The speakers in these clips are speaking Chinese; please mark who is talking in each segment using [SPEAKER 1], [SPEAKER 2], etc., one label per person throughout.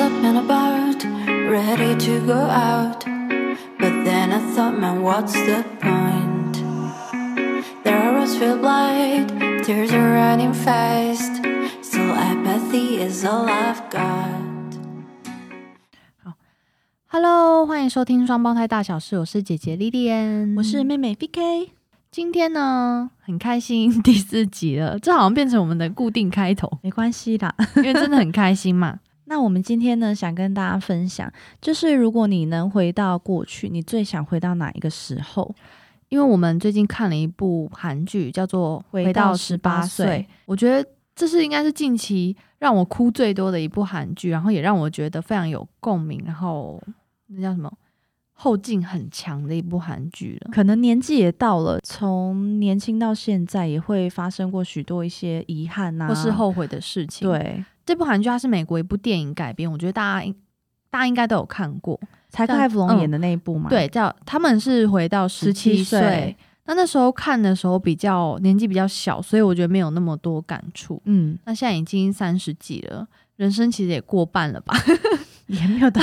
[SPEAKER 1] up and about, ready to go out. But then I thought, man, what's the point? Their roads feel blind, tears are running fast. Still, apathy is all I've got.
[SPEAKER 2] Hello，欢迎收听双胞胎大小事，我是姐姐莉莉安，
[SPEAKER 3] 我是妹妹 VK。
[SPEAKER 2] 今天呢很开心第四集了，这好像变成我们的固定开 头，
[SPEAKER 3] 没关系啦。
[SPEAKER 2] 因为真的很开心嘛。
[SPEAKER 3] 那我们今天呢，想跟大家分享，就是如果你能回到过去，你最想回到哪一个时候？
[SPEAKER 2] 因为我们最近看了一部韩剧，叫做《
[SPEAKER 3] 回
[SPEAKER 2] 回到
[SPEAKER 3] 到
[SPEAKER 2] 十
[SPEAKER 3] 18
[SPEAKER 2] 八岁》，我觉得这是应该是近期让我哭最多的一部韩剧，然后也让我觉得非常有共鸣，然后那叫什么后劲很强的一部韩剧了。
[SPEAKER 3] 可能年纪也到了，从年轻到现在，也会发生过许多一些遗憾啊，
[SPEAKER 2] 或是后悔的事情，，
[SPEAKER 3] 对，
[SPEAKER 2] 这部韩剧它是美国一部电影改编，我觉得大家应大家应该都有看过。
[SPEAKER 3] 柴克
[SPEAKER 2] 像
[SPEAKER 3] 艾弗隆
[SPEAKER 2] 嗯
[SPEAKER 3] 演的那一部嘛，
[SPEAKER 2] 对，叫他们是回到十七
[SPEAKER 3] 17
[SPEAKER 2] 岁
[SPEAKER 3] 岁。
[SPEAKER 2] 那那时候看的时候比较年纪比较小，所以我觉得没有那么多感触。
[SPEAKER 3] 嗯，
[SPEAKER 2] 那现在已经三十几了，人生其实也过半了吧，
[SPEAKER 3] 也没有到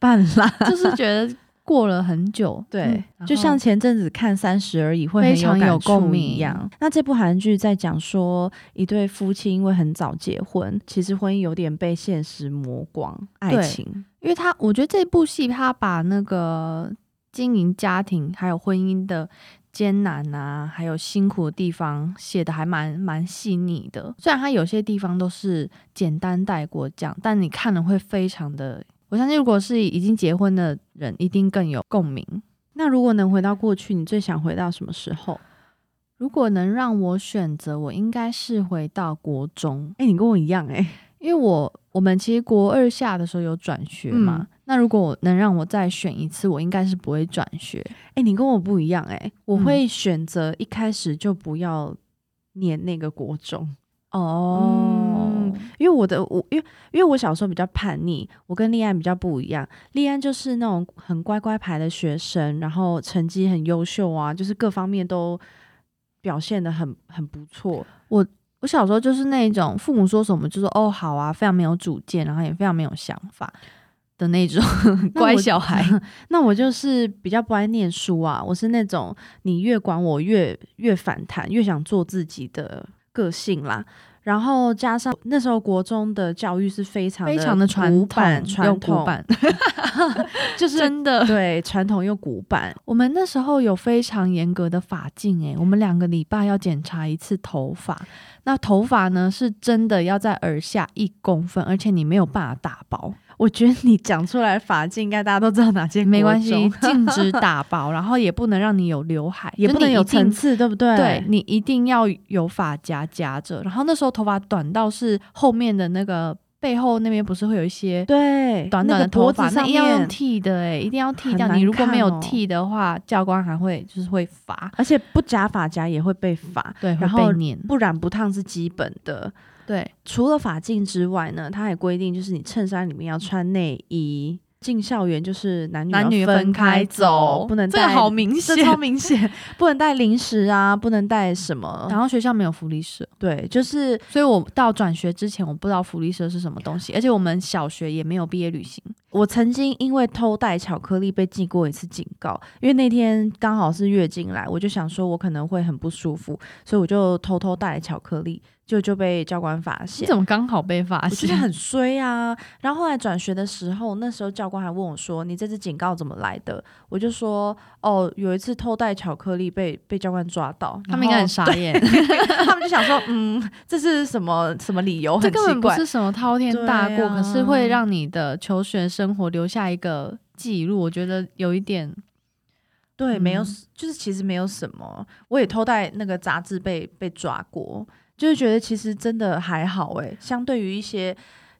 [SPEAKER 3] 半 啦。
[SPEAKER 2] 就是觉得过了很久。嗯
[SPEAKER 3] 对，
[SPEAKER 2] 然
[SPEAKER 3] 就
[SPEAKER 2] 后
[SPEAKER 3] 像前阵子看《三十而已》会
[SPEAKER 2] 非
[SPEAKER 3] 很
[SPEAKER 2] 常有
[SPEAKER 3] 感
[SPEAKER 2] 共
[SPEAKER 3] 触
[SPEAKER 2] 鸣
[SPEAKER 3] 一样。那这部韩剧在讲说，一对夫妻因为很早结婚，其实婚姻有点被现实磨光，爱
[SPEAKER 2] 对
[SPEAKER 3] 情。
[SPEAKER 2] 因为他我觉得这部戏他把那个经营家庭还有婚姻的艰难啊，还有辛苦的地方写的还蛮蛮细腻的。虽然他有些地方都是简单带过讲，但你看了会非常的。我相信，如果是已经结婚的人，一定更有共鸣。
[SPEAKER 3] 那如果能回到过去，你最想回到什么时候？
[SPEAKER 2] 如果能让我选择，我应该是回到国中，
[SPEAKER 3] 哎、你跟我一样哎、
[SPEAKER 2] 因为我我们其实国二下的时候有转学嘛。
[SPEAKER 3] 嗯
[SPEAKER 2] 那如果我能让我再选一次，我应该是不会转学。
[SPEAKER 3] 哎、你跟我不一样哎、我会选择一开始就不要念那个国中。
[SPEAKER 2] 哦
[SPEAKER 3] 嗯因为我的我，因为因为我小时候比较叛逆，我跟立安比较不一样。立安就是那种很乖乖牌的学生，然后成绩很优秀啊，就是各方面都表现的很很不错。
[SPEAKER 2] 我小时候就是那种父母说什么就说哦好啊，非常没有主见，然后也非常没有想法的那种 乖小孩。
[SPEAKER 3] 那我就是比较不爱念书啊，我是那种你越管我越越反弹，越想做自己的个性啦。然后加上那时候国中的教育是非常
[SPEAKER 2] 非常的传
[SPEAKER 3] 古
[SPEAKER 2] 统，
[SPEAKER 3] 板，
[SPEAKER 2] 又
[SPEAKER 3] 传
[SPEAKER 2] 古
[SPEAKER 3] 统
[SPEAKER 2] 板，
[SPEAKER 3] 就是
[SPEAKER 2] 真的。
[SPEAKER 3] 对传统又古板，
[SPEAKER 2] 我们那时候有非常严格的发镜，诶，我们两个礼拜要检查一次头发。那头发呢，是真的要在耳下一公分，而且你没有办法打薄，
[SPEAKER 3] 我觉得你讲出来发髻，应该大家都知道哪些国中
[SPEAKER 2] 没关系，禁 止打薄，然后也不能让你有刘海，
[SPEAKER 3] 也不
[SPEAKER 2] 就
[SPEAKER 3] 能
[SPEAKER 2] 你一
[SPEAKER 3] 有
[SPEAKER 2] 定
[SPEAKER 3] 层次，对不对？
[SPEAKER 2] 对你一定要有发夹夹着，然后那时候头发短到是后面的那个背后那边不是会有一些
[SPEAKER 3] 对，
[SPEAKER 2] 短短
[SPEAKER 3] 那
[SPEAKER 2] 的
[SPEAKER 3] 个
[SPEAKER 2] 头
[SPEAKER 3] 脖
[SPEAKER 2] 发，
[SPEAKER 3] 子上
[SPEAKER 2] 一定要用
[SPEAKER 3] 面，
[SPEAKER 2] 剃的哎、一定要剃
[SPEAKER 3] 很
[SPEAKER 2] 掉。你
[SPEAKER 3] 难
[SPEAKER 2] 如果没有
[SPEAKER 3] 看哦
[SPEAKER 2] 剃的话，教官还会就是会罚，
[SPEAKER 3] 而且不夹发夹也会被罚，
[SPEAKER 2] 对，
[SPEAKER 3] 然
[SPEAKER 2] 会
[SPEAKER 3] 后
[SPEAKER 2] 被撵，
[SPEAKER 3] 不染不烫是基本的。
[SPEAKER 2] 对，
[SPEAKER 3] 除了发髻之外呢，它还规定就是你衬衫里面要穿内衣。进校园就是男女
[SPEAKER 2] 男女
[SPEAKER 3] 要分
[SPEAKER 2] 开
[SPEAKER 3] 走，不能
[SPEAKER 2] 这个
[SPEAKER 3] 带
[SPEAKER 2] 好明
[SPEAKER 3] 这
[SPEAKER 2] 显。
[SPEAKER 3] 超明显，不能带零食啊，不能带什么。
[SPEAKER 2] 然后学校没有福利社，
[SPEAKER 3] 对，就是
[SPEAKER 2] 所以我到转学之前我不知道福利社是什么东西，而且我们小学也没有毕业旅行。
[SPEAKER 3] 我曾经因为偷带巧克力被记过一次警告，因为那天刚好是月经来，我就想说我可能会很不舒服，所以我就偷偷带了巧克力，就就被教官发
[SPEAKER 2] 你
[SPEAKER 3] 现。
[SPEAKER 2] 怎么刚好被发
[SPEAKER 3] 我觉得
[SPEAKER 2] 现？
[SPEAKER 3] 很衰啊！然后后来转学的时候，那时候教官还问我说：“你这次警告怎么来的？”我就说：“哦，有一次偷带巧克力被被教官抓到。”
[SPEAKER 2] 他们应该很
[SPEAKER 3] 然
[SPEAKER 2] 傻眼，
[SPEAKER 3] 后，他们就想说：“嗯，这是什么什么理由？
[SPEAKER 2] 这
[SPEAKER 3] 很
[SPEAKER 2] 根本
[SPEAKER 3] 奇
[SPEAKER 2] 不
[SPEAKER 3] 怪。
[SPEAKER 2] 是什么滔天大过，
[SPEAKER 3] 对啊
[SPEAKER 2] 可是会让你的求学生活留下一个记录。我觉得有一点，”
[SPEAKER 3] 对，没有
[SPEAKER 2] 嗯，
[SPEAKER 3] 就是其实没有什么，我也偷带那个杂志被被抓过，就是觉得其实真的还好诶、相对于一些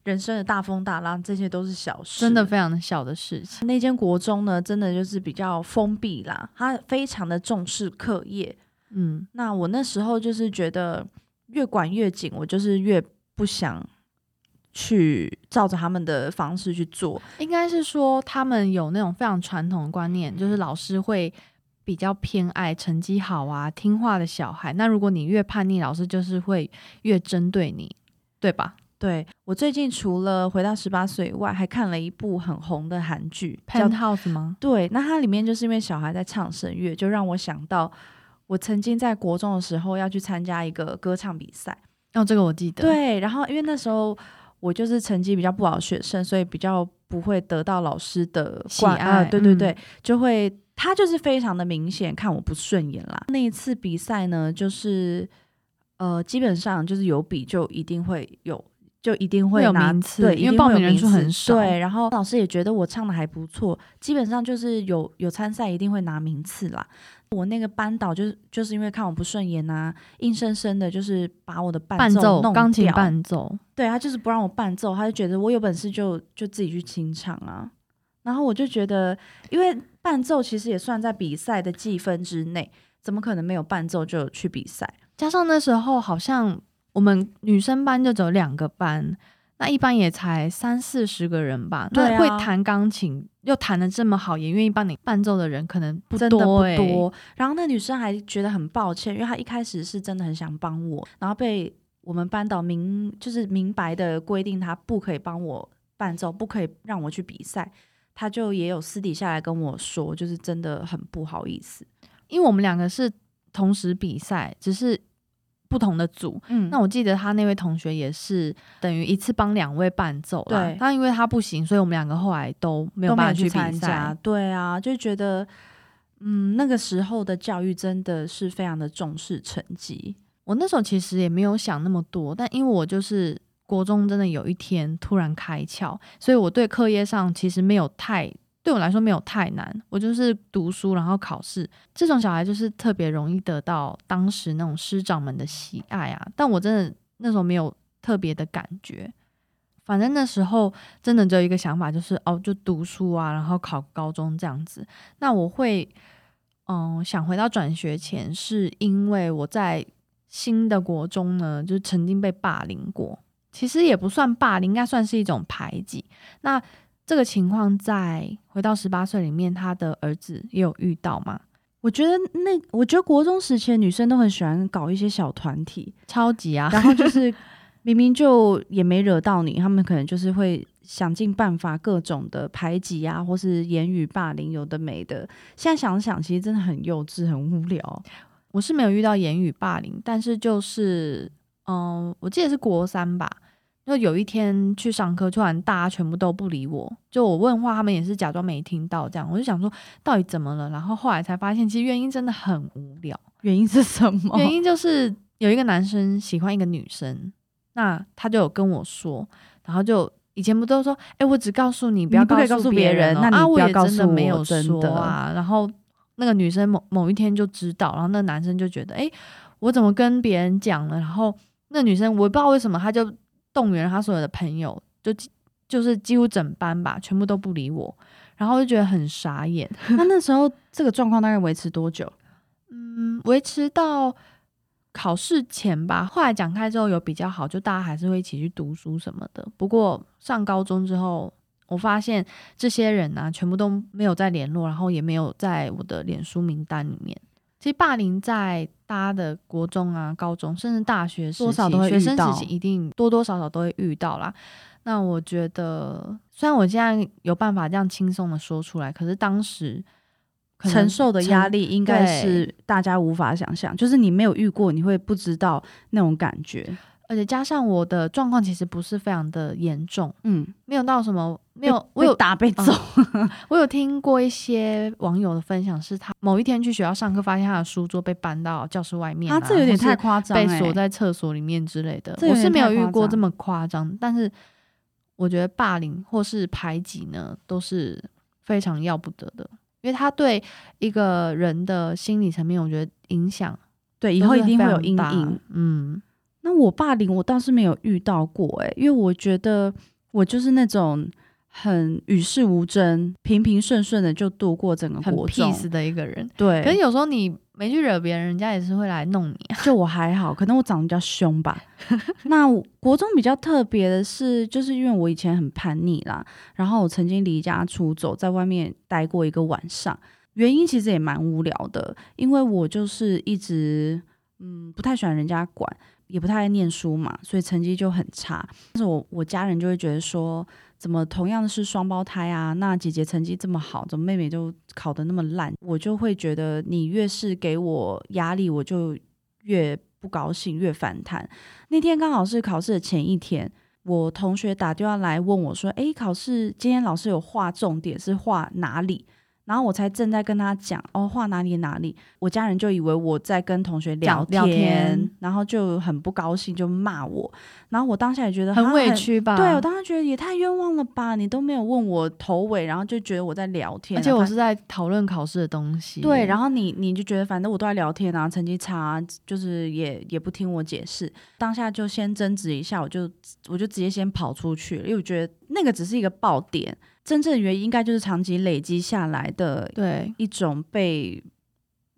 [SPEAKER 3] 人生的大风大浪，这些都是小事。
[SPEAKER 2] 真的非常小的事情。
[SPEAKER 3] 那间国中呢，真的就是比较封闭啦，他非常的重视课业。
[SPEAKER 2] 嗯，
[SPEAKER 3] 那我那时候就是觉得越管越紧，我就是越不想去照着他们的方式去做。
[SPEAKER 2] 应该是说他们有那种非常传统的观念，就是老师会比较偏爱成绩好啊、听话的小孩。那如果你越叛逆，老师就是会越针对你，对吧？
[SPEAKER 3] 对我最近除了回到十八岁以外，还看了一部很红的韩剧，叫
[SPEAKER 2] Penthouse 吗？
[SPEAKER 3] 对，那它里面就是因为小孩在唱声乐，就让我想到我曾经在国中的时候要去参加一个歌唱比赛。
[SPEAKER 2] 哦，这个我记得。，
[SPEAKER 3] 对，然后因为那时候我就是成绩比较不好的学生，所以比较不会得到老师的
[SPEAKER 2] 喜
[SPEAKER 3] 关啊
[SPEAKER 2] 爱
[SPEAKER 3] 对对
[SPEAKER 2] 嗯
[SPEAKER 3] 对，就会他就是非常的明显看我不顺眼啦。那一次比赛呢，就是呃，基本上就是有比就一定会有。就一定会
[SPEAKER 2] 会有
[SPEAKER 3] 拿
[SPEAKER 2] 名次
[SPEAKER 3] 对，
[SPEAKER 2] 因
[SPEAKER 3] 一
[SPEAKER 2] 为
[SPEAKER 3] 定
[SPEAKER 2] 报
[SPEAKER 3] 会有
[SPEAKER 2] 名人数
[SPEAKER 3] 次
[SPEAKER 2] 很少
[SPEAKER 3] 对，然后老师也觉得我唱的还不错，基本上就是有有参赛一定会拿名次啦。我那个班导就是就是因为看我不顺眼啊，硬生生的就是把我的
[SPEAKER 2] 伴
[SPEAKER 3] 伴
[SPEAKER 2] 奏
[SPEAKER 3] 弄
[SPEAKER 2] 钢琴
[SPEAKER 3] 掉
[SPEAKER 2] 伴奏，
[SPEAKER 3] 对他就是不让我伴奏，他就觉得我有本事就就自己去清唱啊。然后我就觉得，因为伴奏其实也算在比赛的计分之内，怎么可能没有伴奏就去比赛？
[SPEAKER 2] 加上那时候好像我们女生班就只有两个班，那一般也才三四十个人吧。
[SPEAKER 3] 对
[SPEAKER 2] 那
[SPEAKER 3] 啊
[SPEAKER 2] 会弹钢琴又弹的这么好，也愿意帮你伴奏的人可能不
[SPEAKER 3] 真的不
[SPEAKER 2] 多、欸、
[SPEAKER 3] 多。然后那女生还觉得很抱歉，因为她一开始是真的很想帮我，然后被我们班导明就是明白的规定，她不可以帮我伴奏，不可以让我去比赛。她就也有私底下来跟我说，就是真的很不好意思。
[SPEAKER 2] 因为我们两个是同时比赛，只是不同的组。
[SPEAKER 3] 嗯
[SPEAKER 2] 那我记得他那位同学也是等于一次帮两位伴奏啦
[SPEAKER 3] 对，
[SPEAKER 2] 但因为他不行，所以我们两个后来都没有
[SPEAKER 3] 都没
[SPEAKER 2] 办
[SPEAKER 3] 有
[SPEAKER 2] 法
[SPEAKER 3] 去
[SPEAKER 2] 比
[SPEAKER 3] 参加
[SPEAKER 2] 赛。。
[SPEAKER 3] 对啊，就觉得，嗯，那个时候的教育真的是非常的重视成绩。
[SPEAKER 2] 我那时候其实也没有想那么多，但因为我就是国中真的有一天突然开窍，所以我对课业上其实没有太对我来说没有太难，我就是读书然后考试。这种小孩就是特别容易得到当时那种师长们的喜爱啊，但我真的那时候没有特别的感觉。反正那时候真的只有一个想法，就是哦，就读书啊，然后考高中这样子。那我会，嗯，想回到转学前，是因为我在新的国中呢，就是曾经被霸凌过。其实也不算霸凌，应该算是一种排挤。那这个情况在回到十八岁里面，他的儿子也有遇到嘛，
[SPEAKER 3] 我觉得那，我觉得国中时期的女生都很喜欢搞一些小团 体，
[SPEAKER 2] 超级啊，
[SPEAKER 3] 然后就是明明就也没惹到你，他们可能就是会想尽办法各种的排挤啊，或是言语霸凌，有的没的。现在想想，其实真的很幼稚，很无聊。
[SPEAKER 2] 我是没有遇到言语霸凌，但是就是，嗯，我记得是国三吧，就有一天去上课，突然大家全部都不理我，就我问话，他们也是假装没听到，这样我就想说到底怎么了，然后后来才发现，其实原因真的很无聊，
[SPEAKER 3] 原因是什么？
[SPEAKER 2] 原因就是有一个男生喜欢一个女生，那他就有跟我说，然后就。以前不都说，哎、我只告诉你，
[SPEAKER 3] 你
[SPEAKER 2] 不要
[SPEAKER 3] 不可以告诉别
[SPEAKER 2] 别
[SPEAKER 3] 人
[SPEAKER 2] 哦
[SPEAKER 3] 那你
[SPEAKER 2] 啊，
[SPEAKER 3] 不
[SPEAKER 2] 我
[SPEAKER 3] 要
[SPEAKER 2] 也
[SPEAKER 3] 告
[SPEAKER 2] 真的
[SPEAKER 3] 诉
[SPEAKER 2] 没
[SPEAKER 3] 我
[SPEAKER 2] 有
[SPEAKER 3] 真
[SPEAKER 2] 说
[SPEAKER 3] 的
[SPEAKER 2] 啊。然后那个女生某某一天就知道，然后那个男生就觉得，哎、我怎么跟别人讲了？然后那女生我也不知道为什么，她就动员她所有的朋友，就就是几乎整班吧，全部都不理我，然后我就觉得很傻眼。
[SPEAKER 3] 那那时候这个状况大概维持多久？
[SPEAKER 2] 嗯，维持到考试前吧。后来讲开之后有比较好，就大家还是会一起去读书什么的。不过上高中之后，我发现这些人呢、全部都没有再联络，然后也没有在我的脸书名单里面。其实霸凌在大家的国中啊、高中，甚至大学时期，
[SPEAKER 3] 多少都会
[SPEAKER 2] 学生
[SPEAKER 3] 遇到
[SPEAKER 2] 时期一定多多少少都会遇到啦。那我觉得，虽然我现在有办法这样轻松的说出来，可是当时可能
[SPEAKER 3] 承受的压
[SPEAKER 2] 承
[SPEAKER 3] 力应该
[SPEAKER 2] 对
[SPEAKER 3] 是大家无法想象，就是你没有遇过，你会不知道那种感觉。
[SPEAKER 2] 而且加上我的状况其实不是非常的严重，
[SPEAKER 3] 嗯，
[SPEAKER 2] 没有到什么没
[SPEAKER 3] 被
[SPEAKER 2] 有。我有
[SPEAKER 3] 被打被揍，
[SPEAKER 2] 我有听过一些网友的分享，是他某一天去学校上课，发现他的书桌被搬到教室外面、啊，
[SPEAKER 3] 啊，这有点
[SPEAKER 2] 或是
[SPEAKER 3] 太夸张、欸，
[SPEAKER 2] 被锁在厕所里面之类的。
[SPEAKER 3] 这有
[SPEAKER 2] 我
[SPEAKER 3] 点
[SPEAKER 2] 是没有
[SPEAKER 3] 太
[SPEAKER 2] 遇
[SPEAKER 3] 夸
[SPEAKER 2] 过
[SPEAKER 3] 张
[SPEAKER 2] 这么夸张，但是我觉得霸凌或是排挤呢，都是非常要不得的，因为他对一个人的心理层面，我觉得影响
[SPEAKER 3] 对，以
[SPEAKER 2] 都
[SPEAKER 3] 后
[SPEAKER 2] 是
[SPEAKER 3] 一定会
[SPEAKER 2] 非
[SPEAKER 3] 有
[SPEAKER 2] 常
[SPEAKER 3] 阴
[SPEAKER 2] 大
[SPEAKER 3] 影。。
[SPEAKER 2] 嗯，
[SPEAKER 3] 那我霸凌我倒是没有遇到过、欸，因为我觉得我就是那种很与世无争、平平顺顺的就度过整个
[SPEAKER 2] 很
[SPEAKER 3] 国中。
[SPEAKER 2] peace 的一个人。可是
[SPEAKER 3] 对，
[SPEAKER 2] 有时候你没去惹别人，人家也是会来弄你啊。
[SPEAKER 3] 就我还好，可能我长得比较凶吧。那我国中比较特别的是，就是因为我以前很叛逆啦，然后我曾经离家出走，在外面待过一个晚上。原因其实也蛮无聊的，因为我就是一直嗯不太喜欢人家管，也不太爱念书嘛，所以成绩就很差。但是我我家人就会觉得说，怎么同样是双胞胎啊，那姐姐成绩这么好，怎么妹妹就考得那么烂？我就会觉得你越是给我压力，我就越不高兴，越反弹。那天刚好是考试的前一天。我同学打电话来问我说：“诶，考试今天老师有划重点，是划哪里？”然后我才正在跟他讲哦，画哪里哪里，我家人就以为我在跟同学聊
[SPEAKER 2] 讲聊天
[SPEAKER 3] 然后就很不高兴，就骂我。然后我当下也觉得
[SPEAKER 2] 很
[SPEAKER 3] 哈
[SPEAKER 2] 委屈吧？
[SPEAKER 3] 对我当时觉得也太冤枉了吧，你都没有问我头尾，然后就觉得我在聊天，啊
[SPEAKER 2] 而且我
[SPEAKER 3] 反
[SPEAKER 2] 是在讨论考试的东西。
[SPEAKER 3] 对，然
[SPEAKER 2] 后
[SPEAKER 3] 后你你就觉得反正我都在聊天啊，成绩差啊、就是也也不听我解释，当下就先争执一下，我就我就直接先跑出去了，因为我觉得那个只是一个爆点，真正的原因应该就是长期累积下来的
[SPEAKER 2] 对，
[SPEAKER 3] 一种被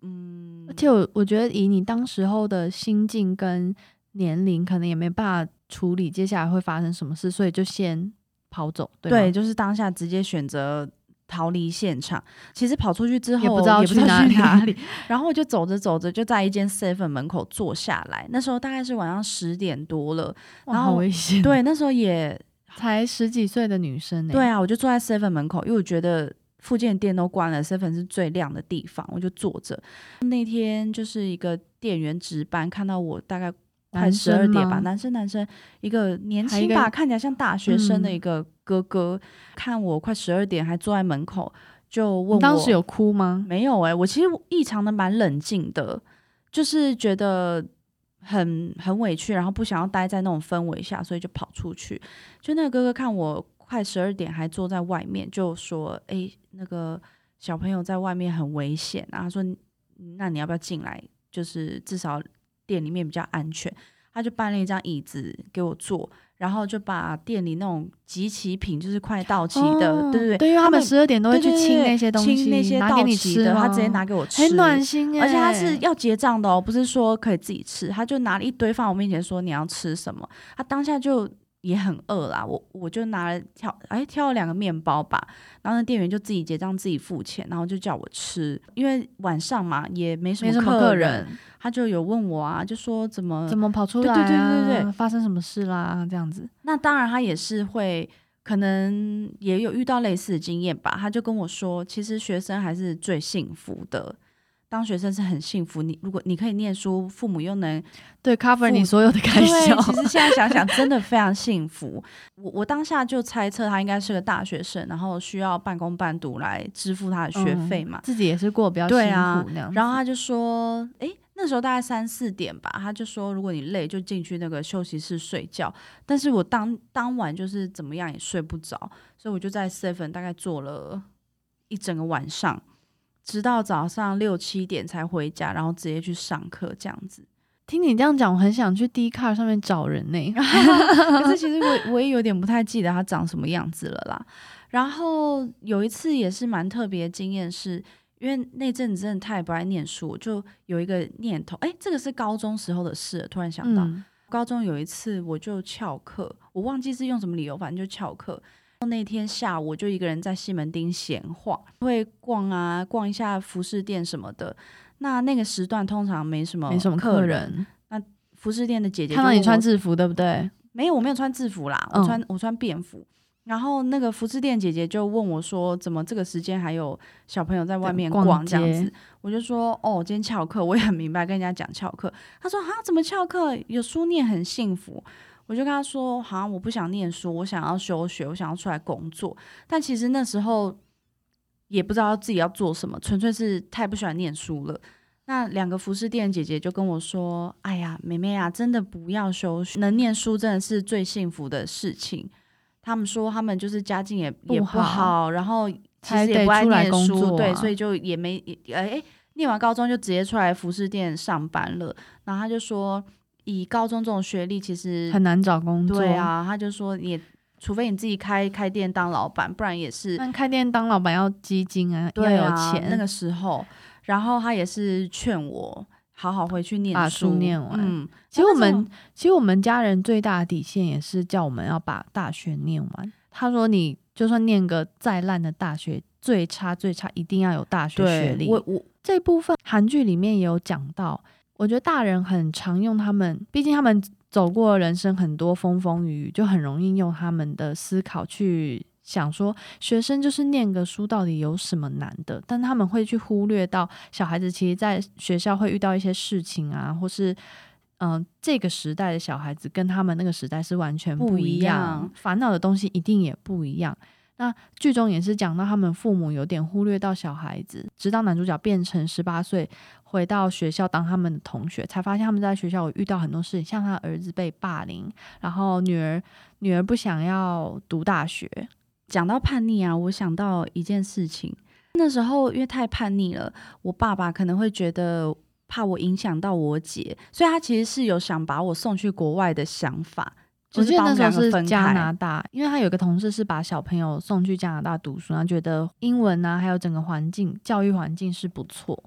[SPEAKER 3] 嗯，
[SPEAKER 2] 而且我我觉得以你当时候的心境跟年龄，可能也没办法处理接下来会发生什么事，所以就先跑走，对吗
[SPEAKER 3] 对，就是当下直接选择逃离现场。其实跑出去之后
[SPEAKER 2] 也不知道
[SPEAKER 3] 也
[SPEAKER 2] 去哪
[SPEAKER 3] 里，
[SPEAKER 2] 里
[SPEAKER 3] 然后我就走着走着就在一间 seven 门口坐下来。那时候大概是晚上十点多了，
[SPEAKER 2] 哇
[SPEAKER 3] 然后
[SPEAKER 2] 好危险。，
[SPEAKER 3] 对，那时候也
[SPEAKER 2] 才十几岁的女生呢、欸
[SPEAKER 3] 对啊，我就坐在 seven 门口，因为我觉得。附近的店都关了，seven 是最亮的地方，我就坐着。那天就是一个店员值班，看到我大概快
[SPEAKER 2] 男
[SPEAKER 3] 十
[SPEAKER 2] 生
[SPEAKER 3] 二点吧，
[SPEAKER 2] 吗
[SPEAKER 3] 男生男生一个年
[SPEAKER 2] 还一
[SPEAKER 3] 轻
[SPEAKER 2] 个
[SPEAKER 3] 吧，看起来像大学生的
[SPEAKER 2] 嗯
[SPEAKER 3] 一个哥哥，看我快十二点还坐在门口，就问我
[SPEAKER 2] 你当时有哭吗？
[SPEAKER 3] 没有、欸？我其实异常的蛮冷静的，就是觉得很很委屈，然后不想要待在那种氛围下，所以就跑出去。就那个哥哥看我快十二点还坐在外面，就说：“哎、那个小朋友在外面很危险啊。”他说：“那你要不要进来？就是至少店里面比较安全。”他就搬了一张椅子给我坐，然后就把店里那种集齐品，就是快到期的，
[SPEAKER 2] 哦
[SPEAKER 3] 对对
[SPEAKER 2] 对，因为他们十二点都会
[SPEAKER 3] 对
[SPEAKER 2] 去
[SPEAKER 3] 对
[SPEAKER 2] 清
[SPEAKER 3] 对
[SPEAKER 2] 那些东西，
[SPEAKER 3] 清那些
[SPEAKER 2] 拿给
[SPEAKER 3] 到
[SPEAKER 2] 你
[SPEAKER 3] 期
[SPEAKER 2] 吃
[SPEAKER 3] 的，
[SPEAKER 2] 吗，
[SPEAKER 3] 他直接拿给我吃，
[SPEAKER 2] 很暖心、欸，
[SPEAKER 3] 而且他是要结账的哦，不是说可以自己吃，他就拿了一堆放我面前说你要吃什么，他当下就也很饿啦，我我就拿了挑哎挑了两个面包吧，然后那店员就自己结账自己付钱，然后就叫我吃，因为晚上嘛也没什
[SPEAKER 2] 没
[SPEAKER 3] 么
[SPEAKER 2] 什么
[SPEAKER 3] 客
[SPEAKER 2] 客人，
[SPEAKER 3] 他就有问我啊，就说怎么
[SPEAKER 2] 怎么跑出
[SPEAKER 3] 对
[SPEAKER 2] 来、
[SPEAKER 3] 对
[SPEAKER 2] 啊？
[SPEAKER 3] 对对对对
[SPEAKER 2] 发生什么事啦？这样子，
[SPEAKER 3] 那当然，他也是会，可能也有遇到类似的经验吧。他就跟我说，其实学生还是最幸福的，当学生是很幸福。你如果你可以念书，父母又能
[SPEAKER 2] 对，cover
[SPEAKER 3] 付
[SPEAKER 2] 你所有的开销
[SPEAKER 3] 对，其实现在想想，真的非常幸福。我我当下就猜测他应该是个大学生，然后需要半工半读来支付他的学费嘛
[SPEAKER 2] 嗯。自己也是过得比较辛
[SPEAKER 3] 对啊
[SPEAKER 2] 苦那样子。
[SPEAKER 3] 然后他就说，诶，那时候大概三四点吧，他就说，如果你累就进去那个休息室睡觉。但是我当当晚就是怎么样也睡不着，所以我就在 Seven 大概坐了一整个晚上，直到早上六七点才回家，然后直接去上课这样子。
[SPEAKER 2] 听你这样讲，我很想去 d c a r 上面找人呢、
[SPEAKER 3] 可
[SPEAKER 2] 嗯
[SPEAKER 3] 是其实我我也有点不太记得他长什么样子了啦。然后有一次也是蛮特别的经验是，因为那阵子真的太不爱念书，我就有一个念头，哎，这个是高中时候的事了，突然 想到，
[SPEAKER 2] 嗯，
[SPEAKER 3] 高中有一次我就翘课，我忘记是用什么理由，反正就翘课。那天下午我就一个人在西门町闲晃，会逛啊逛一下服饰店什么的。那那个时段通常没什么
[SPEAKER 2] 没什么
[SPEAKER 3] 哦客
[SPEAKER 2] 客，人，
[SPEAKER 3] 服饰店的姐姐
[SPEAKER 2] 看到你
[SPEAKER 3] 就问我
[SPEAKER 2] 穿制服，对不对？
[SPEAKER 3] 没有，我没有穿制服啦，我
[SPEAKER 2] 嗯
[SPEAKER 3] 穿、我穿便服。然后那个服饰店姐姐就问我说：“怎么这个时间还有小朋友在外面
[SPEAKER 2] 逛
[SPEAKER 3] 逛这样
[SPEAKER 2] 街
[SPEAKER 3] 子？”我就说：“哦，今天翘课，我也很明白跟人家讲翘课。”她说：“啊哈，怎么翘课？有书念很幸福。”我就跟她说：“好，啊我不想念书，我想要休学，我想要出来工作。”但其实那时候也不知道自己要做什么，纯粹是太不喜欢念书了。那两个服饰店姐姐就跟我说：“哎呀，妹妹啊，真的不要休学，能念书真的是最幸福的事情。”他们说他们就是家境也
[SPEAKER 2] 不
[SPEAKER 3] 也不
[SPEAKER 2] 好
[SPEAKER 3] 好，然后其
[SPEAKER 2] 才
[SPEAKER 3] 实也不
[SPEAKER 2] 得
[SPEAKER 3] 爱
[SPEAKER 2] 出来
[SPEAKER 3] 念
[SPEAKER 2] 工
[SPEAKER 3] 书，
[SPEAKER 2] 作
[SPEAKER 3] 对，
[SPEAKER 2] 啊
[SPEAKER 3] 所以就也没也哎、念完高中就直接出来服饰店上班了。然后他就说，以高中这种学历，其实
[SPEAKER 2] 很难找工作。
[SPEAKER 3] 对，啊，他就说也除非你自己开开店当老板，不然也是
[SPEAKER 2] 但开店当老板要基金啊，
[SPEAKER 3] 对
[SPEAKER 2] 要有
[SPEAKER 3] 啊
[SPEAKER 2] 钱。
[SPEAKER 3] 那个时候，然后他也是劝我好好回去念
[SPEAKER 2] 把
[SPEAKER 3] 啊书，
[SPEAKER 2] 书念完
[SPEAKER 3] 嗯，
[SPEAKER 2] 其实
[SPEAKER 3] 那
[SPEAKER 2] 我
[SPEAKER 3] 那时
[SPEAKER 2] 们
[SPEAKER 3] 候
[SPEAKER 2] 其实我们家人最大的底线也是叫我们要把大学念完。他说你就算念个再烂的大学，最差最差一定要有大学学
[SPEAKER 3] 对
[SPEAKER 2] 历。
[SPEAKER 3] 我我
[SPEAKER 2] 这部分韩剧里面也有讲到，我觉得大人很常用他们，毕竟他们走过人生很多风风雨雨，就很容易用他们的思考去想说，学生就是念个书到底有什么难的？但他们会去忽略到小孩子其实在学校会遇到一些事情啊，或是。嗯、这个时代的小孩子跟他们那个时代是完全
[SPEAKER 3] 不
[SPEAKER 2] 不
[SPEAKER 3] 一
[SPEAKER 2] 一
[SPEAKER 3] 样
[SPEAKER 2] 样烦恼的东西一定也不一样。那剧中也是讲到他们父母有点忽略到小孩子，直到男主角变成十八岁，回到学校当他们的同学，才发现他们在学校有遇到很多事情，像他儿子被霸凌，然后女儿女儿不想要读大学，
[SPEAKER 3] 讲到叛逆啊，我想到一件事情，那时候因为太叛逆了，我爸爸可能会觉得怕我影响到我姐，所以他其实是有想把我送去国外的想法。就
[SPEAKER 2] 我记得
[SPEAKER 3] 是把我
[SPEAKER 2] 那
[SPEAKER 3] 们
[SPEAKER 2] 时候
[SPEAKER 3] 两个
[SPEAKER 2] 是
[SPEAKER 3] 分
[SPEAKER 2] 加
[SPEAKER 3] 开
[SPEAKER 2] 拿大，因为他有一个同事是把小朋友送去加拿大读书，然后觉得英文啊，还有整个环境教育环境是不错。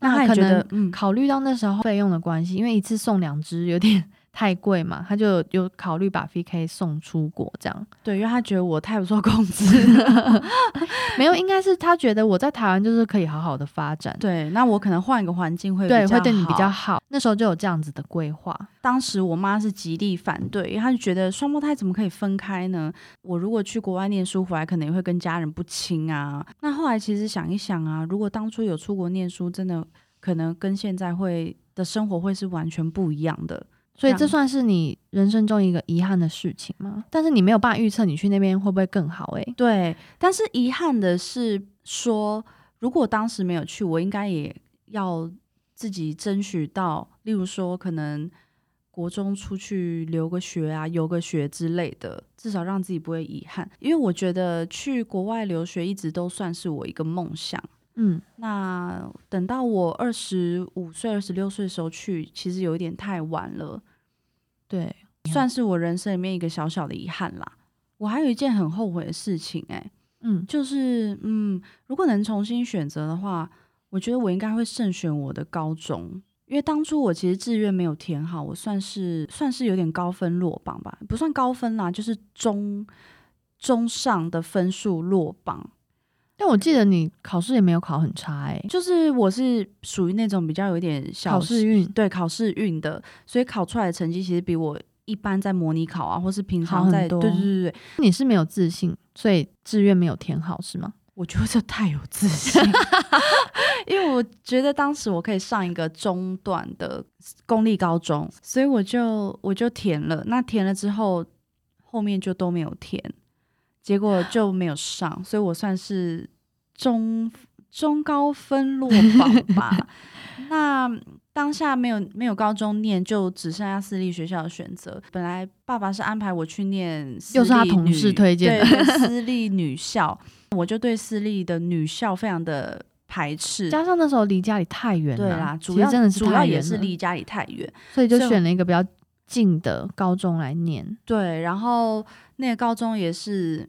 [SPEAKER 3] 那他也
[SPEAKER 2] 可
[SPEAKER 3] 觉得
[SPEAKER 2] 能，
[SPEAKER 3] 嗯，
[SPEAKER 2] 考虑到那时候费用的关系，因为一次送两只有点 太贵嘛，他就有考虑把 VK 送出国这样。
[SPEAKER 3] 对，因为他觉得我太不受控制了。
[SPEAKER 2] 没有，应该是他觉得我在台湾就是可以好好的发展，
[SPEAKER 3] 对，那我可能换一个环境会
[SPEAKER 2] 对，
[SPEAKER 3] 比
[SPEAKER 2] 会
[SPEAKER 3] 较
[SPEAKER 2] 对你比
[SPEAKER 3] 好
[SPEAKER 2] 较好。那时候就有这样子的规划。
[SPEAKER 3] 当时我妈是极力反对，因为她就觉得双胞胎怎么可以分开呢？我如果去国外念书回来，可能也会跟家人不亲啊。那后来其实想一想啊，如果当初有出国念书，真的可能跟现在会的生活会是完全不一样的。
[SPEAKER 2] 所以
[SPEAKER 3] 这
[SPEAKER 2] 这
[SPEAKER 3] 样
[SPEAKER 2] 算是你人生中一个遗憾的事情吗？但是你没有办法预测你去那边会不会更好、欸，诶，
[SPEAKER 3] 对，但是遗憾的是说，如果当时没有去，我应该也要自己争取到，例如说可能国中出去留个学啊、游个学之类的，至少让自己不会遗憾。因为我觉得去国外留学一直都算是我一个梦想。
[SPEAKER 2] 嗯，
[SPEAKER 3] 那等到我二十五岁、二十六岁的时候去，其实有一点太晚了。
[SPEAKER 2] 对。
[SPEAKER 3] 算是我人生里面一个小小的遗憾啦。我还有一件很后悔的事情、欸，
[SPEAKER 2] 嗯，
[SPEAKER 3] 就是嗯，如果能重新选择的话，我觉得我应该会慎选我的高中，因为当初我其实志愿没有填好，我算是算是有点高分落榜吧，不算高分啦，就是中中上的分数落榜。
[SPEAKER 2] 但我记得你考试也没有考很差哎、
[SPEAKER 3] 就是我是属于那种比较有点小
[SPEAKER 2] 考试运
[SPEAKER 3] 对考试运的，所以考出来的成绩其实比我一般在模拟考啊，或是平
[SPEAKER 2] 好
[SPEAKER 3] 常
[SPEAKER 2] 很
[SPEAKER 3] 在对
[SPEAKER 2] 多
[SPEAKER 3] 对对对，
[SPEAKER 2] 你是没有自信，所以志愿没有填好是吗？
[SPEAKER 3] 我觉得这太有自信， 因为我觉得当时我可以上一个中段的公立高中，所以我就我就填了。那填了之后，后面就都没有填，结果就没有上，所以我算是中中高分落榜吧。 那当下没有没有高中念，就只剩下私立学校的选择。本来爸爸是安排我去念私立女，
[SPEAKER 2] 又是他同事推荐的
[SPEAKER 3] 对对私立女校，我就对私立的女校非常的排斥。
[SPEAKER 2] 加上那时候离家里太远了，
[SPEAKER 3] 对啦，
[SPEAKER 2] 其
[SPEAKER 3] 主
[SPEAKER 2] 实
[SPEAKER 3] 要
[SPEAKER 2] 真的是
[SPEAKER 3] 主要
[SPEAKER 2] 太
[SPEAKER 3] 也
[SPEAKER 2] 远
[SPEAKER 3] 是
[SPEAKER 2] 了
[SPEAKER 3] 离家里太远，
[SPEAKER 2] 所以就
[SPEAKER 3] 所以
[SPEAKER 2] 选了一个比较近的高中来念。
[SPEAKER 3] 对，然后那个高中也是，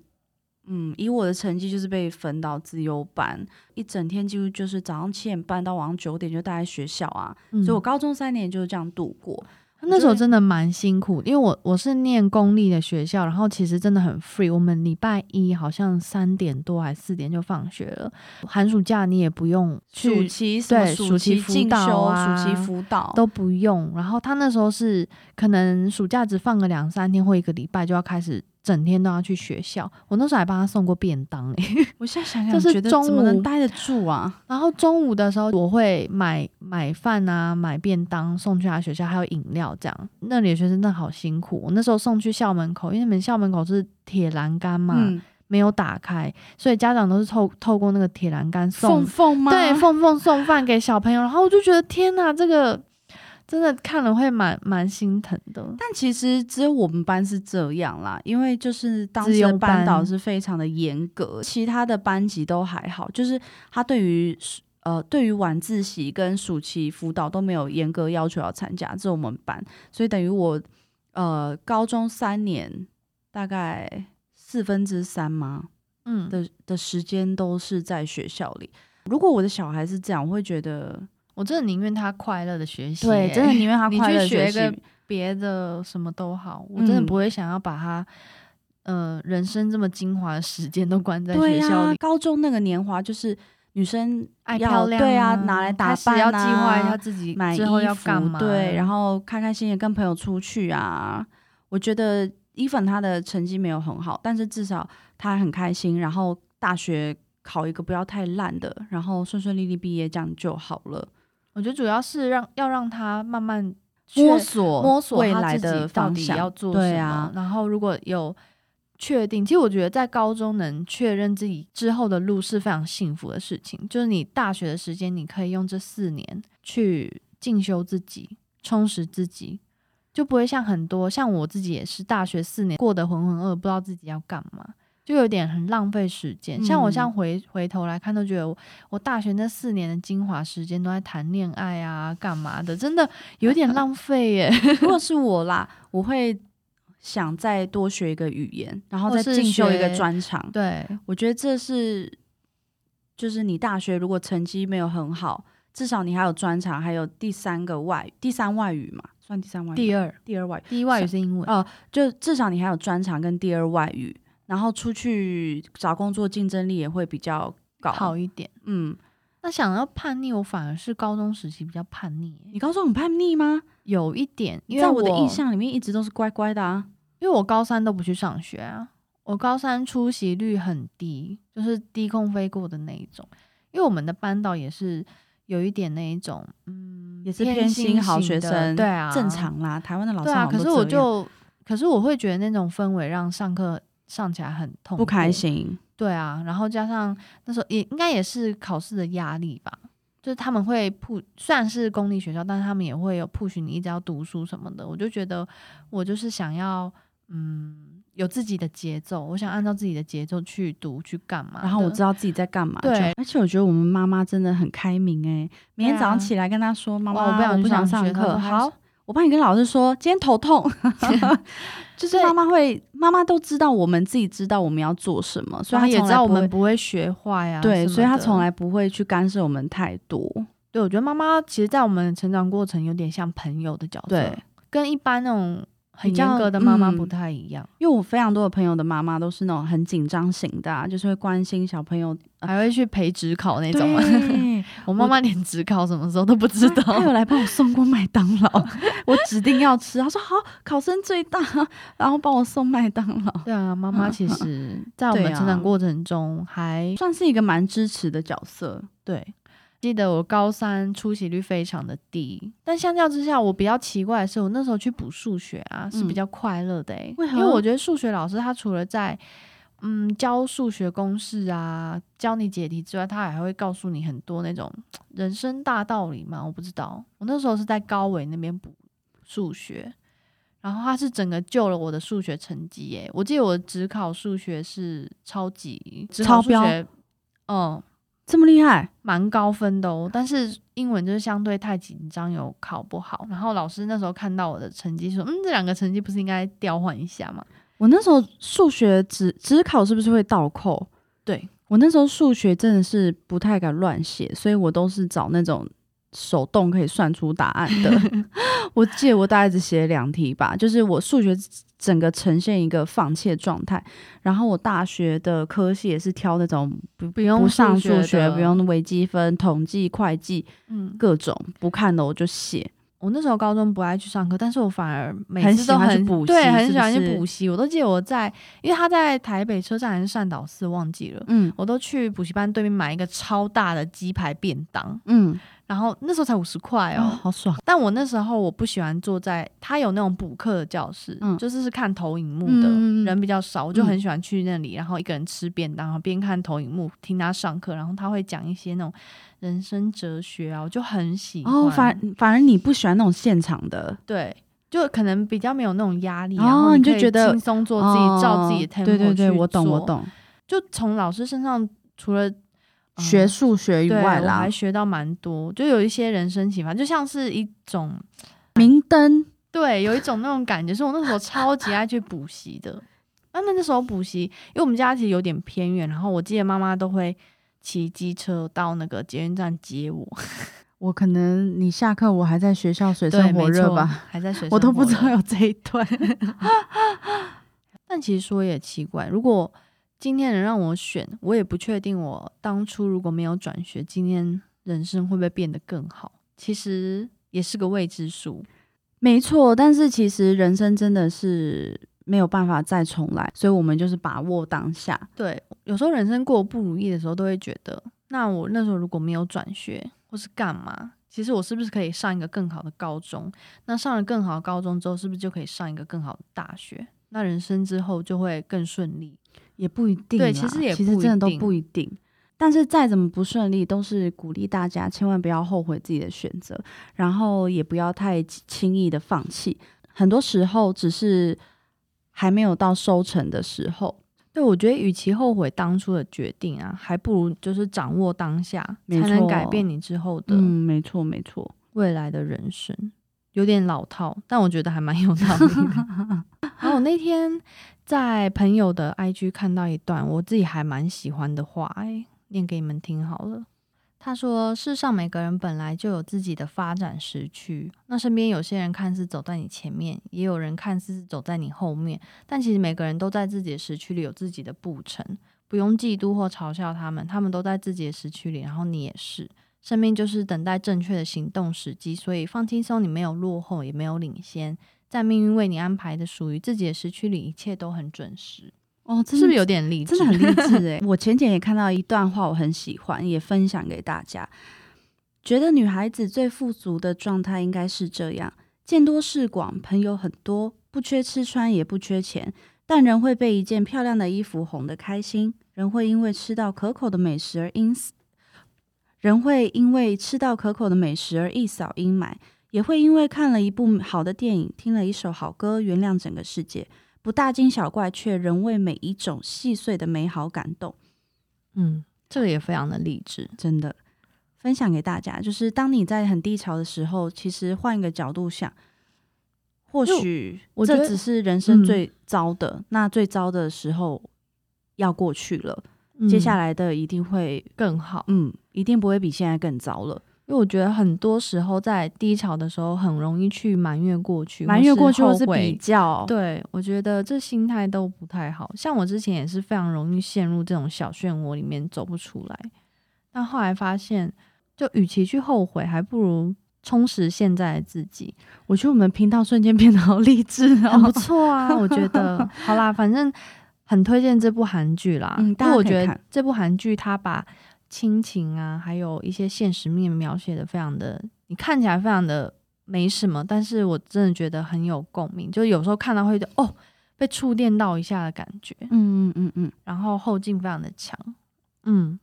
[SPEAKER 3] 嗯，以我的成绩就是被分到自由班，一整天几乎就是早上七点半到晚上九点就待在学校啊，
[SPEAKER 2] 嗯
[SPEAKER 3] 所以我高中三年就是这样度过。
[SPEAKER 2] 那时候真的蛮辛苦，因为我我是念公立的学校，然后其实真的很 free。我们礼拜一好像三点多还四点就放学了，寒暑假你也不用
[SPEAKER 3] 暑
[SPEAKER 2] 去
[SPEAKER 3] 期什么
[SPEAKER 2] 对
[SPEAKER 3] 暑
[SPEAKER 2] 暑期
[SPEAKER 3] 期
[SPEAKER 2] 辅
[SPEAKER 3] 进
[SPEAKER 2] 导
[SPEAKER 3] 修、
[SPEAKER 2] 啊
[SPEAKER 3] 暑期辅导
[SPEAKER 2] 都不用。然后他那时候是可能暑假只放个两三天或一个礼拜，就要开始整天都要去学校。我那时候还帮他送过便当欸诶、
[SPEAKER 3] 我现在想想，
[SPEAKER 2] 就是
[SPEAKER 3] 觉得怎么
[SPEAKER 2] 中
[SPEAKER 3] 能
[SPEAKER 2] 午
[SPEAKER 3] 待得住啊？
[SPEAKER 2] 然后中午的时候我会买买饭啊，买便当送去他学校，还有饮料这样。那里的学生真的好辛苦。我那时候送去校门口，因为你们校门口是铁栏杆嘛，
[SPEAKER 3] 嗯，
[SPEAKER 2] 没有打开，所以家长都是透透过那个铁栏杆送
[SPEAKER 3] 凤凤吗？
[SPEAKER 2] 对，凤凤送饭给小朋友，然后我就觉得天哪，这个真的看了会蛮蛮心疼的。
[SPEAKER 3] 但其实只有我们班是这样啦，因为就是当
[SPEAKER 2] 自
[SPEAKER 3] 时的
[SPEAKER 2] 由
[SPEAKER 3] 班
[SPEAKER 2] 班
[SPEAKER 3] 导是非常的严格，其他的班级都还好，就是他对于呃对于晚自习跟暑期辅导都没有严格要求要参加，这是我们班，所以等于我呃高中三年大概四分之三吗
[SPEAKER 2] 嗯，
[SPEAKER 3] 的的时间都是在学校里。如果我的小孩是这样，我会觉得
[SPEAKER 2] 我真的宁愿他快乐的学习、
[SPEAKER 3] 对，真的宁 愿他
[SPEAKER 2] 你
[SPEAKER 3] 快
[SPEAKER 2] 去
[SPEAKER 3] 乐
[SPEAKER 2] 学
[SPEAKER 3] 学
[SPEAKER 2] 一
[SPEAKER 3] 习
[SPEAKER 2] 个别的什么都好，我真的
[SPEAKER 3] 嗯
[SPEAKER 2] 不会想要把他。呃，人生这么精华的时间都关在
[SPEAKER 3] 对
[SPEAKER 2] 学
[SPEAKER 3] 呀，
[SPEAKER 2] 校里，
[SPEAKER 3] 高中那个年华，就是女生
[SPEAKER 2] 爱
[SPEAKER 3] 要
[SPEAKER 2] 漂亮、
[SPEAKER 3] 对啊，拿来打扮、啊，
[SPEAKER 2] 开始要计划一下自己
[SPEAKER 3] 买
[SPEAKER 2] 之后
[SPEAKER 3] 衣
[SPEAKER 2] 要
[SPEAKER 3] 服
[SPEAKER 2] 干嘛，
[SPEAKER 3] 对，然
[SPEAKER 2] 后
[SPEAKER 3] 后开开心心地跟朋友出去啊。我觉得 even 他的成绩没有很好，但是至少他很开心，然后大学考一个不要太烂的，然后顺顺利利毕业，这样就好了。
[SPEAKER 2] 我觉得主要是让要让他慢慢确
[SPEAKER 3] 摸索
[SPEAKER 2] 摸索
[SPEAKER 3] 未
[SPEAKER 2] 他
[SPEAKER 3] 来
[SPEAKER 2] 自己
[SPEAKER 3] 的
[SPEAKER 2] 到
[SPEAKER 3] 方
[SPEAKER 2] 底
[SPEAKER 3] 向
[SPEAKER 2] 要做什么，
[SPEAKER 3] 对啊，
[SPEAKER 2] 然后如果有。确定，其实我觉得在高中能确认自己之后的路是非常幸福的事情。就是你大学的时间，你可以用这四年去进修自己，充实自己，就不会像很多像我自己也是大学四年过得浑浑噩噩，不知道自己要干嘛，就有点很浪费时间。像我
[SPEAKER 3] 嗯
[SPEAKER 2] 像回回头来看，都觉得我我大学那四年的精华时间都在谈恋爱啊，干嘛的，真的有点浪费耶。
[SPEAKER 3] 如果是我啦，我会想再多学一个语言，然后
[SPEAKER 2] 或
[SPEAKER 3] 再
[SPEAKER 2] 是
[SPEAKER 3] 进修一个
[SPEAKER 2] 学
[SPEAKER 3] 专长。
[SPEAKER 2] 对，
[SPEAKER 3] 我觉得这是，就是你大学如果成绩没有很好，至少你还有专长，还有第三个外第三外语嘛，算第三外语吗，
[SPEAKER 2] 第二
[SPEAKER 3] 第二外语，
[SPEAKER 2] 第一外语是英文，
[SPEAKER 3] 哦、就至少你还有专长跟第二外语，然后出去找工作竞争力也会比较高。
[SPEAKER 2] 好，一点。
[SPEAKER 3] 嗯，
[SPEAKER 2] 那想要叛逆，我反而是高中时期比较叛逆耶，
[SPEAKER 3] 你高中很叛逆吗？
[SPEAKER 2] 有一点，因为
[SPEAKER 3] 在我的印象里面一直都是乖乖的啊。
[SPEAKER 2] 因为我高三都不去上学啊，我高三出席率很低，就是低空飞过的那一种。因为我们的班导也是有一点那一种，嗯，
[SPEAKER 3] 也是
[SPEAKER 2] 偏
[SPEAKER 3] 偏心好学
[SPEAKER 2] 型的
[SPEAKER 3] 生，
[SPEAKER 2] 对啊，
[SPEAKER 3] 正，常啦。台湾的老师
[SPEAKER 2] 对啊。
[SPEAKER 3] 好
[SPEAKER 2] 可
[SPEAKER 3] 像
[SPEAKER 2] 是
[SPEAKER 3] 都
[SPEAKER 2] 我
[SPEAKER 3] 这样
[SPEAKER 2] 就，可是我会觉得那种氛围让上课上起来很痛，
[SPEAKER 3] 不开。心，
[SPEAKER 2] 对啊，然后加上那时候也应该也是考试的压力吧，就是他们会 p 虽然是公立学校，但是他们也会有 push 你一直要读书什么的。我就觉得我就是想要，嗯，有自己的节奏，我想按照自己的节奏去读去干嘛的。
[SPEAKER 3] 然后我知道自己在干嘛。
[SPEAKER 2] 对，
[SPEAKER 3] 而且我觉得我们妈妈真的很开明哎、每天早上起来跟她说：“妈
[SPEAKER 2] 啊哇，
[SPEAKER 3] 妈，
[SPEAKER 2] 我不想
[SPEAKER 3] 我
[SPEAKER 2] 去
[SPEAKER 3] 不想上
[SPEAKER 2] 学
[SPEAKER 3] 课。”
[SPEAKER 2] 她说
[SPEAKER 3] 好，，我帮你跟老师说，今天 头痛。就是
[SPEAKER 2] 对
[SPEAKER 3] 妈妈会，妈妈都知道我们自己知道我们要做什么，所
[SPEAKER 2] 所
[SPEAKER 3] 以
[SPEAKER 2] 以他也
[SPEAKER 3] 她从
[SPEAKER 2] 知
[SPEAKER 3] 来
[SPEAKER 2] 道我
[SPEAKER 3] 不会
[SPEAKER 2] 们不会学坏啊什么的。
[SPEAKER 3] 对，所以她从来不会去干涉我们太多。
[SPEAKER 2] 对我觉得妈妈其实，在我们成长过程有点像朋友的角色，
[SPEAKER 3] 对，
[SPEAKER 2] 跟一般那种很
[SPEAKER 3] 比较
[SPEAKER 2] 严格的妈妈
[SPEAKER 3] 嗯
[SPEAKER 2] 不太一样，
[SPEAKER 3] 因为我非常多的朋友的妈妈都是那种很紧张型的、啊，就是会关心小朋友
[SPEAKER 2] 还会去陪职考那
[SPEAKER 3] 那
[SPEAKER 2] 种
[SPEAKER 3] 种
[SPEAKER 2] 嘛。
[SPEAKER 3] 嘛。
[SPEAKER 2] 我妈妈连职考什么时候都不知道。
[SPEAKER 3] 他有来帮我送过麦当 劳，我指定要吃。他说好，考生最大， 然后帮我送麦当劳，
[SPEAKER 2] 对啊，妈妈其 实，在我
[SPEAKER 3] 对
[SPEAKER 2] 们
[SPEAKER 3] 啊
[SPEAKER 2] 成长过程中还
[SPEAKER 3] 算是一个蛮支持的角色。
[SPEAKER 2] 对。记得我高三出席率非常的低，但相较之下，我比较奇怪的是，我那时候去补数学啊，是比
[SPEAKER 3] 嗯
[SPEAKER 2] 较快乐的、欸
[SPEAKER 3] 为何
[SPEAKER 2] 因为我觉得数学老师他除了在嗯教数学公式啊，教你解题之外，他还会告诉你很多那种人生大道理嘛。我不知道，我那时候是在高伟那边补数学，然后他是整个救了我的数学成绩耶。我记得我只考数学是超级只考
[SPEAKER 3] 超
[SPEAKER 2] 数
[SPEAKER 3] 标
[SPEAKER 2] 学，嗯，
[SPEAKER 3] 这么厉害，
[SPEAKER 2] 蛮高分的哦。但是英文就是相对太紧张，有考不好。然后老师那时候看到我的成绩，说：“嗯，这两个成绩不是应该调换一下吗
[SPEAKER 3] 我那时候数学只只考是不是会倒扣？
[SPEAKER 2] 对
[SPEAKER 3] 我那时候数学真的是不太敢乱写，所以我都是找那种手动可以算出答案 的。我记得我大概只写了两题吧，就是我数学整个呈现一个放弃的状态。然后我大学的科系也是挑那种？”
[SPEAKER 2] 不用
[SPEAKER 3] 不上
[SPEAKER 2] 数
[SPEAKER 3] 数学，
[SPEAKER 2] 的
[SPEAKER 3] 不。用微积分、统计、会计，
[SPEAKER 2] 嗯，
[SPEAKER 3] 各种不看的我就写。
[SPEAKER 2] 我那时候高中不爱去上课，但是我反而每
[SPEAKER 3] 很
[SPEAKER 2] 次都
[SPEAKER 3] 喜
[SPEAKER 2] 很
[SPEAKER 3] 欢去补习
[SPEAKER 2] 对，
[SPEAKER 3] 是不
[SPEAKER 2] 很喜欢去
[SPEAKER 3] 是
[SPEAKER 2] 补习。我都记得我在，因为他在台北车站还是善导寺，忘记了。
[SPEAKER 3] 嗯
[SPEAKER 2] 我都去补习班对面买一个超大的鸡排便当，
[SPEAKER 3] 嗯，
[SPEAKER 2] 然后那时候才五十块
[SPEAKER 3] 哎
[SPEAKER 2] 哦
[SPEAKER 3] 呦，，好爽！
[SPEAKER 2] 但我那时候我不喜欢坐在他有那种补课的教室，
[SPEAKER 3] 嗯
[SPEAKER 2] 就是是看投影幕的、
[SPEAKER 3] 嗯嗯嗯
[SPEAKER 2] 人比较少，我就很
[SPEAKER 3] 嗯
[SPEAKER 2] 喜欢去那里，然后一个人吃便当，然后边看投影幕听他上课，然后他会讲一些那种人生哲学啊，我就很喜欢。
[SPEAKER 3] 哦，反反而你不喜欢那种现场的，
[SPEAKER 2] 对。就可能比较没有那种压力，
[SPEAKER 3] 哦
[SPEAKER 2] 然后
[SPEAKER 3] 你
[SPEAKER 2] 可
[SPEAKER 3] 就
[SPEAKER 2] 以
[SPEAKER 3] 觉得
[SPEAKER 2] 轻松做自己，照自己的
[SPEAKER 3] 哦
[SPEAKER 2] tempo
[SPEAKER 3] 对对
[SPEAKER 2] 去
[SPEAKER 3] 对，我懂我
[SPEAKER 2] 做。
[SPEAKER 3] 懂。
[SPEAKER 2] 就从老师身上，除了、嗯
[SPEAKER 3] 学数学以
[SPEAKER 2] 对
[SPEAKER 3] 外
[SPEAKER 2] 我
[SPEAKER 3] 啦
[SPEAKER 2] 还，学到蛮多，就有一些人生启发，就像是一种
[SPEAKER 3] 明灯
[SPEAKER 2] 对，有一种那种感觉，是我那时候超级爱去补习的。啊，那那时候补习，因为我们家其实有点偏远，然后我记得妈妈都会骑机车到那个捷运站接我。
[SPEAKER 3] 我可能你下课我还在学校水
[SPEAKER 2] 对，
[SPEAKER 3] 深
[SPEAKER 2] 没
[SPEAKER 3] 火热
[SPEAKER 2] 错，
[SPEAKER 3] 吧，
[SPEAKER 2] 还在学生
[SPEAKER 3] 我都不知
[SPEAKER 2] 活
[SPEAKER 3] 道
[SPEAKER 2] 跃。
[SPEAKER 3] 有这一段。
[SPEAKER 2] 但其实说也奇怪，如果今天能让我选，我也不确定我当初如果没有转学，今天人生会不会变得更好？其实也是个未知数。
[SPEAKER 3] 没错，但是其实人生真的是没有办法再重来，所以我们就是把握当下。
[SPEAKER 2] 对，有时候人生过得不如意的时候，都会觉得，那我那时候如果没有转学或是干嘛，其实我是不是可以上一个更好的高中？那上了更好的高中之后，是不是就可以上一个更好的大学？那人生之后就会更顺利。
[SPEAKER 3] 也不一定啦，
[SPEAKER 2] 对其实也
[SPEAKER 3] 其
[SPEAKER 2] 不
[SPEAKER 3] 实
[SPEAKER 2] 一
[SPEAKER 3] 真的都
[SPEAKER 2] 定
[SPEAKER 3] 不一定。但是再怎么不顺利，都是鼓励大家千万不要后悔自己的选择，然后也不要太轻易的放弃。很多时候只是还没有到收成的时候，
[SPEAKER 2] 对，我觉得与其后悔当初的决定啊，还不如就是掌握当下，才
[SPEAKER 3] 没
[SPEAKER 2] 能改
[SPEAKER 3] 错
[SPEAKER 2] 变你之后的
[SPEAKER 3] 嗯，没错没错。
[SPEAKER 2] 未来的人生。有点老套，但我觉得还蛮有道理 的。然后我那天在朋友的 IG 看到一段我自己还蛮喜欢的话、哎，念给你们听好了。他说：“世上每个人本来就有自己的发展时区，那身边有些人看似走在你前面，也有人看似走在你后面，但其实每个人都在自己的时区里有自己的步程，不用嫉妒或嘲笑他们，他们都在自己的时区里，然后你也是。生命就是等待正确的行动时机，所以放轻松，你没有落后，也没有领先，在命运为你安排的属于自己的时区里，一切都很准时，
[SPEAKER 3] 哦，
[SPEAKER 2] 是不是有点励志？
[SPEAKER 3] 真的很励 志哎、我前几天也看到一段话，我很喜欢，也分享给大家。觉得女孩子最富足的状态应该是这样：见多识广，朋友很多，不缺吃穿，也不缺钱，但人会被一件漂亮的衣服哄得开心，人会因为吃到可口的美食而因此，人会因为吃到可口的美食而一扫阴霾，也会因为看了一部好的电影，听了一首好歌，原谅整个世界。不大惊小怪，却仍为每一种细碎的美好感动。
[SPEAKER 2] 嗯，这个也非常的励志。
[SPEAKER 3] 真的，分享给大家，就是当你在很低潮的时候，其实换一个角度想，或许
[SPEAKER 2] 我觉
[SPEAKER 3] 这
[SPEAKER 2] 得
[SPEAKER 3] 只是人生
[SPEAKER 2] 嗯
[SPEAKER 3] 最糟的，那最糟的时候要过去了，
[SPEAKER 2] 嗯
[SPEAKER 3] 接下来的一定会，
[SPEAKER 2] 更好，
[SPEAKER 3] 嗯，一定不会比现在更糟了。
[SPEAKER 2] 因为我觉得很多时候在低潮的时候，很容易去埋怨过去，
[SPEAKER 3] 埋怨过去
[SPEAKER 2] 或
[SPEAKER 3] 或
[SPEAKER 2] 是
[SPEAKER 3] 是
[SPEAKER 2] 后悔
[SPEAKER 3] 比较，
[SPEAKER 2] 对，我觉得这心态都不太好。像我之前也是非常容易陷入这种小漩涡里面走不出来，但后来发现，就与其去后悔，还不如充实现在的自己，
[SPEAKER 3] 我觉得我们频道瞬间变得好励志
[SPEAKER 2] 很不
[SPEAKER 3] 哦。
[SPEAKER 2] 错啊。我觉 得，好啦，反正很推荐这部韩剧啦，
[SPEAKER 3] 嗯
[SPEAKER 2] 因
[SPEAKER 3] 大
[SPEAKER 2] 为
[SPEAKER 3] 家
[SPEAKER 2] 我
[SPEAKER 3] 可以
[SPEAKER 2] 觉得
[SPEAKER 3] 看
[SPEAKER 2] 这部韩剧它把亲情啊，还有一些现实面描写的非常的，你看起来非常的没什么，但是我真的觉得很有共鸣，就有时候看到会觉得哦。被触电到一下的感觉，
[SPEAKER 3] 嗯嗯嗯嗯，
[SPEAKER 2] 然后后劲非常的强。嗯，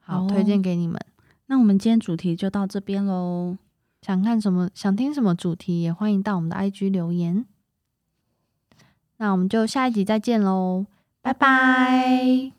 [SPEAKER 2] 好，
[SPEAKER 3] 好哦
[SPEAKER 2] 推荐给你们。
[SPEAKER 3] 那我们今天主题就到这边喽。
[SPEAKER 2] 想看什么，想听什么主题，也欢迎到我们的 IG 留言。那我们就下一集再见喽，拜拜